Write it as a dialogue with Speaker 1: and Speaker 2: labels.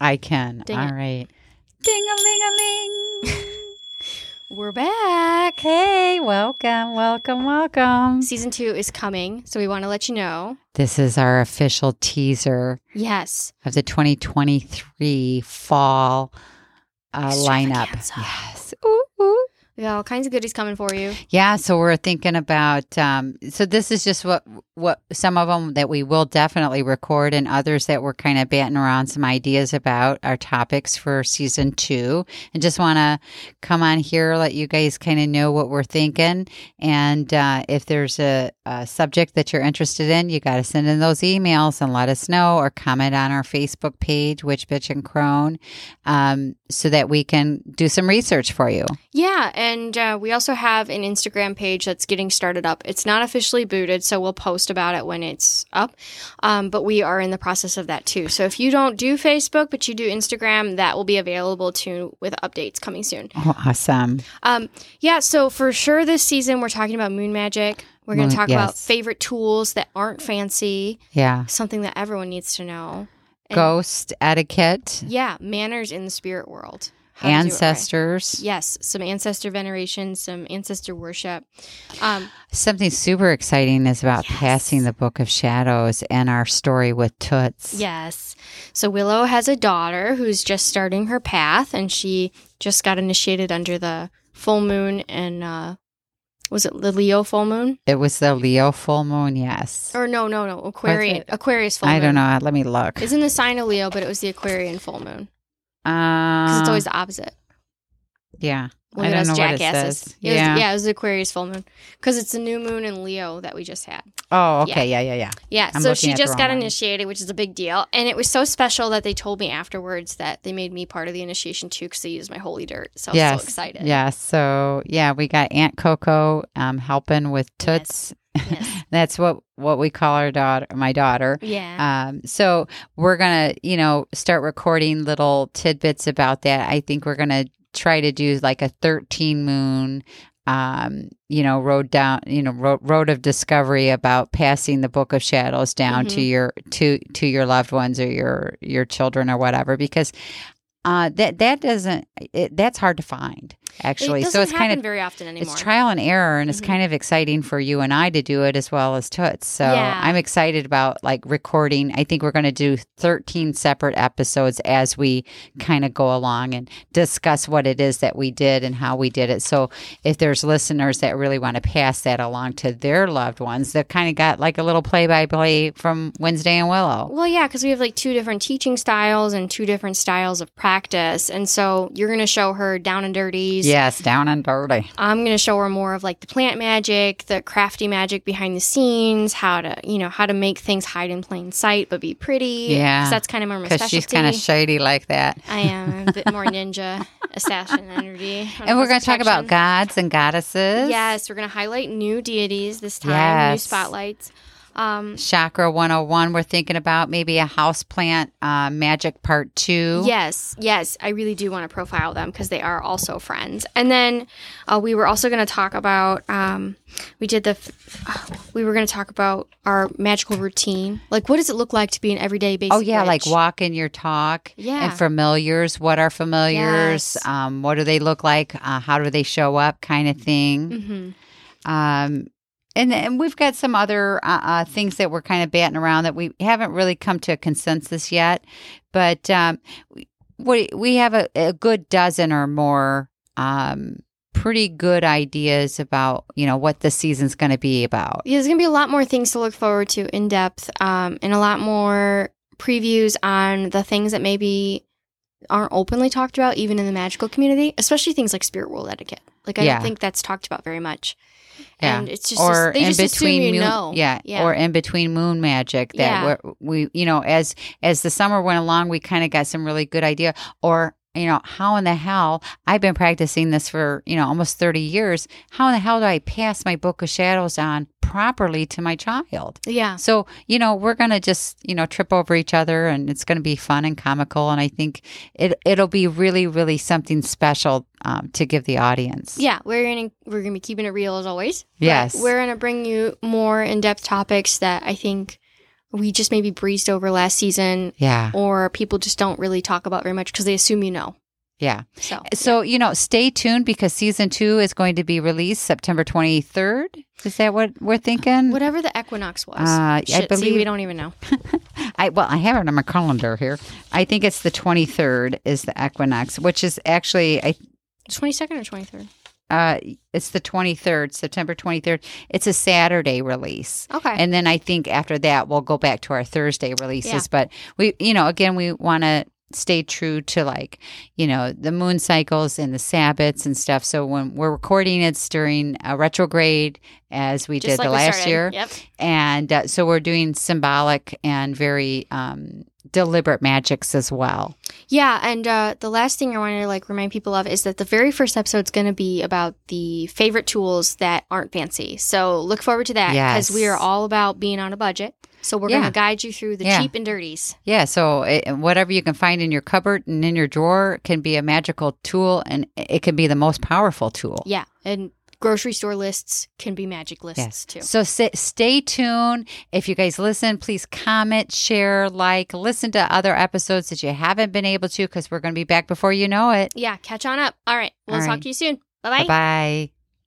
Speaker 1: I can.
Speaker 2: Dang
Speaker 1: All
Speaker 2: it.
Speaker 1: right.
Speaker 2: Ding a ling a ling. We're
Speaker 1: Back.
Speaker 2: back.
Speaker 1: Hey, welcome, welcome, welcome.
Speaker 2: Season two is coming, so we want to let you know.
Speaker 1: This is our official teaser
Speaker 2: Yes.
Speaker 1: of the 2023 fall uh, lineup.
Speaker 2: Extravaganza.
Speaker 1: Yes. Ooh, ooh.
Speaker 2: We got all kinds of goodies coming for you.
Speaker 1: Yeah, so we're thinking about. Um, so this is just what what some of them that we will definitely record, and others that we're kind of batting around some ideas about our topics for season two, and just want to come on here, let you guys kind of know what we're thinking, and uh, if there's a, a subject that you're interested in, you got to send in those emails and let us know, or comment on our Facebook page, Witch Bitch and Crone, um, so that we can do some research for you.
Speaker 2: Yeah, and uh, we also have an Instagram page that's getting started up. It's not officially booted, so we'll post about it when it's up. Um, but we are in the process of that too. So if you don't do Facebook, but you do Instagram, that will be available too with updates coming soon.
Speaker 1: Oh, awesome.
Speaker 2: Um, yeah, so for sure this season, we're talking about moon magic. We're going to
Speaker 1: Moon-
Speaker 2: talk about
Speaker 1: yes.
Speaker 2: favorite tools that aren't fancy,
Speaker 1: Yeah.
Speaker 2: something that everyone needs to know. And-
Speaker 1: ghost etiquette,
Speaker 2: Yeah, manners in the spirit world. How to do it right.
Speaker 1: ancestors,
Speaker 2: Yes, some ancestor veneration, some ancestor worship. Um,
Speaker 1: something super exciting is about
Speaker 2: Yes.
Speaker 1: passing the Book of Shadows and our story with Toots.
Speaker 2: yes. So Willow has a daughter who's just starting her path, and she just got initiated under the full moon and uh, was it the Leo full moon?
Speaker 1: It was the Leo full moon, yes.
Speaker 2: Or no, no, no, Aquarian, Aquarius full moon.
Speaker 1: I don't know. Let me look.
Speaker 2: Isn't the sign of Leo, but it was the Aquarian full moon because
Speaker 1: Um,
Speaker 2: it's always the opposite.
Speaker 1: yeah.
Speaker 2: Look
Speaker 1: I
Speaker 2: at
Speaker 1: don't
Speaker 2: us
Speaker 1: know what it
Speaker 2: jackasses.
Speaker 1: says.
Speaker 2: was-
Speaker 1: Yeah.
Speaker 2: yeah, it was the Aquarius full moon because it's the new moon in Leo that we just had.
Speaker 1: Oh, okay. Yeah, yeah, yeah.
Speaker 2: Yeah,
Speaker 1: I'm
Speaker 2: so
Speaker 1: looking
Speaker 2: she
Speaker 1: at the
Speaker 2: just
Speaker 1: wrong
Speaker 2: got
Speaker 1: one.
Speaker 2: initiated, which is a big deal. And it was so special that they told me afterwards that they made me part of the initiation too because they used my holy dirt. So I was
Speaker 1: yes.
Speaker 2: so excited.
Speaker 1: Yeah. So, yeah, we got Aunt Coco um, helping with Toots.
Speaker 2: Yes.
Speaker 1: That's what, what we call our daughter, my daughter.
Speaker 2: Yeah.
Speaker 1: Um, so we're gonna, you know, start recording little tidbits about that. I think we're gonna try to do like a 13 moon, um, you know, road down, you know, road, road of discovery about passing the book of shadows down
Speaker 2: Mm-hmm.
Speaker 1: to your to to your loved ones or your your children or whatever, because uh, that that doesn't it, that's hard to find actually.
Speaker 2: it doesn't
Speaker 1: so it's
Speaker 2: happen
Speaker 1: kind of
Speaker 2: very often anymore.
Speaker 1: it's trial and error, and it's
Speaker 2: Mhm.
Speaker 1: kind of exciting for you and I to do it as well as Toots. So
Speaker 2: Yeah.
Speaker 1: I'm excited about like recording. I think we're going to do 13 separate episodes as we kind of go along and discuss what it is that we did and how we did it. So if there's listeners that really want to pass that along to their loved ones, they've kind of got like a little play by play from Wednesday and Willow.
Speaker 2: well, yeah, because we have like two different teaching styles and two different styles of practice. And so you're going to show her down and dirties.
Speaker 1: Yes, down and dirty.
Speaker 2: I'm going to show her more of like the plant magic, the crafty magic behind the scenes, how to, you know, how to make things hide in plain sight but be pretty.
Speaker 1: Yeah.
Speaker 2: 'Cause that's kind of more my
Speaker 1: Because
Speaker 2: specialty.
Speaker 1: she's kind of shady like that.
Speaker 2: I am a bit more ninja assassin energy.
Speaker 1: And we're going to talk about gods and goddesses.
Speaker 2: Yes, we're going to highlight new deities this time, new
Speaker 1: Yes.
Speaker 2: spotlights. Um,
Speaker 1: Chakra 101, we're thinking about maybe a house plant uh, magic part two.
Speaker 2: yes, yes, I really do want to profile them because they are also friends. And then uh, we were also going to talk about um, we did the f- uh, we were going to talk about our magical routine. Like, what does it look like to be an everyday basic?
Speaker 1: Oh, yeah, like
Speaker 2: witch?
Speaker 1: walk in your talk.
Speaker 2: Yeah.
Speaker 1: And familiars. What are familiars?
Speaker 2: Yes.
Speaker 1: Um, what do they look like? Uh, how do they show up? Kind of thing.
Speaker 2: Mhm.
Speaker 1: Um, and, and we've got some other uh, uh, things that we're kind of batting around that we haven't really come to a consensus yet. But um, we, we have a, a good dozen or more um, pretty good ideas about, you know, what the season's going to be about.
Speaker 2: Yeah, there's going to be a lot more things to look forward to in depth um, and a lot more previews on the things that maybe aren't openly talked about, even in the magical community, especially things like spirit world etiquette. Like, I
Speaker 1: Yeah.
Speaker 2: don't think that's talked about very much.
Speaker 1: Yeah.
Speaker 2: And it's just,
Speaker 1: or
Speaker 2: they
Speaker 1: in
Speaker 2: just assume
Speaker 1: between
Speaker 2: you
Speaker 1: moon,
Speaker 2: know.
Speaker 1: yeah,
Speaker 2: Yeah.
Speaker 1: or in between moon magic that
Speaker 2: Yeah.
Speaker 1: we're- we you know as as the summer went along we kind of got some really good idea or you know how in the hell I've been practicing this for you know almost 30 years how in the hell do I pass my book of shadows on properly to my child
Speaker 2: yeah.
Speaker 1: so you know we're going to just you know trip over each other and it's going to be fun and comical and I think it it'll be really really something special um, to give the audience
Speaker 2: Yeah, we're gonna we're gonna be keeping it real as always. but
Speaker 1: Yes.
Speaker 2: we're gonna bring you more in depth topics that I think we just maybe breezed over last season
Speaker 1: Yeah.
Speaker 2: or people just don't really talk about very much because they assume you know.
Speaker 1: Yeah.
Speaker 2: So,
Speaker 1: So, you know, stay tuned because season two is going to be released September 23rd. Is that what we're thinking?
Speaker 2: whatever the equinox was,
Speaker 1: Mm. Uh, I
Speaker 2: Shit, see, we
Speaker 1: believe-
Speaker 2: don't even know.
Speaker 1: I well, I have it on my calendar here. I think it's the 23rd is the equinox, which is actually I
Speaker 2: Twenty second or twenty third.
Speaker 1: uh it's the 23rd, September 23rd. It's a Saturday release.
Speaker 2: Okay.
Speaker 1: And then I think after that we'll go back to our Thursday releases,
Speaker 2: Yeah.
Speaker 1: but we you know, again we want to stay true to like, you know, the moon cycles and the sabbats and stuff. So when we're recording it's during a retrograde as we did the
Speaker 2: we
Speaker 1: last
Speaker 2: started.
Speaker 1: year
Speaker 2: Yep.
Speaker 1: and uh, so we're doing symbolic and very um, deliberate magics as well.
Speaker 2: Yeah, and uh, the last thing I wanted to like remind people of is that the very first episode's going to be about the favorite tools that aren't fancy. So look forward to that because
Speaker 1: Yes.
Speaker 2: we are all about being on a budget. So we're
Speaker 1: Yeah.
Speaker 2: going to guide you through the
Speaker 1: Yeah.
Speaker 2: cheap and dirties.
Speaker 1: Yeah, so it, whatever you can find in your cupboard and in your drawer can be a magical tool, and it can be the most powerful tool.
Speaker 2: Yeah, and grocery store lists can be magic lists too.
Speaker 1: So sa- stay tuned. If you guys listen, please comment, share, like, listen to other episodes that you haven't been able to because we're going to be back before you know it.
Speaker 2: Yeah, catch on up. All right, we'll
Speaker 1: All
Speaker 2: talk
Speaker 1: right.
Speaker 2: to you soon.
Speaker 1: Bye bye.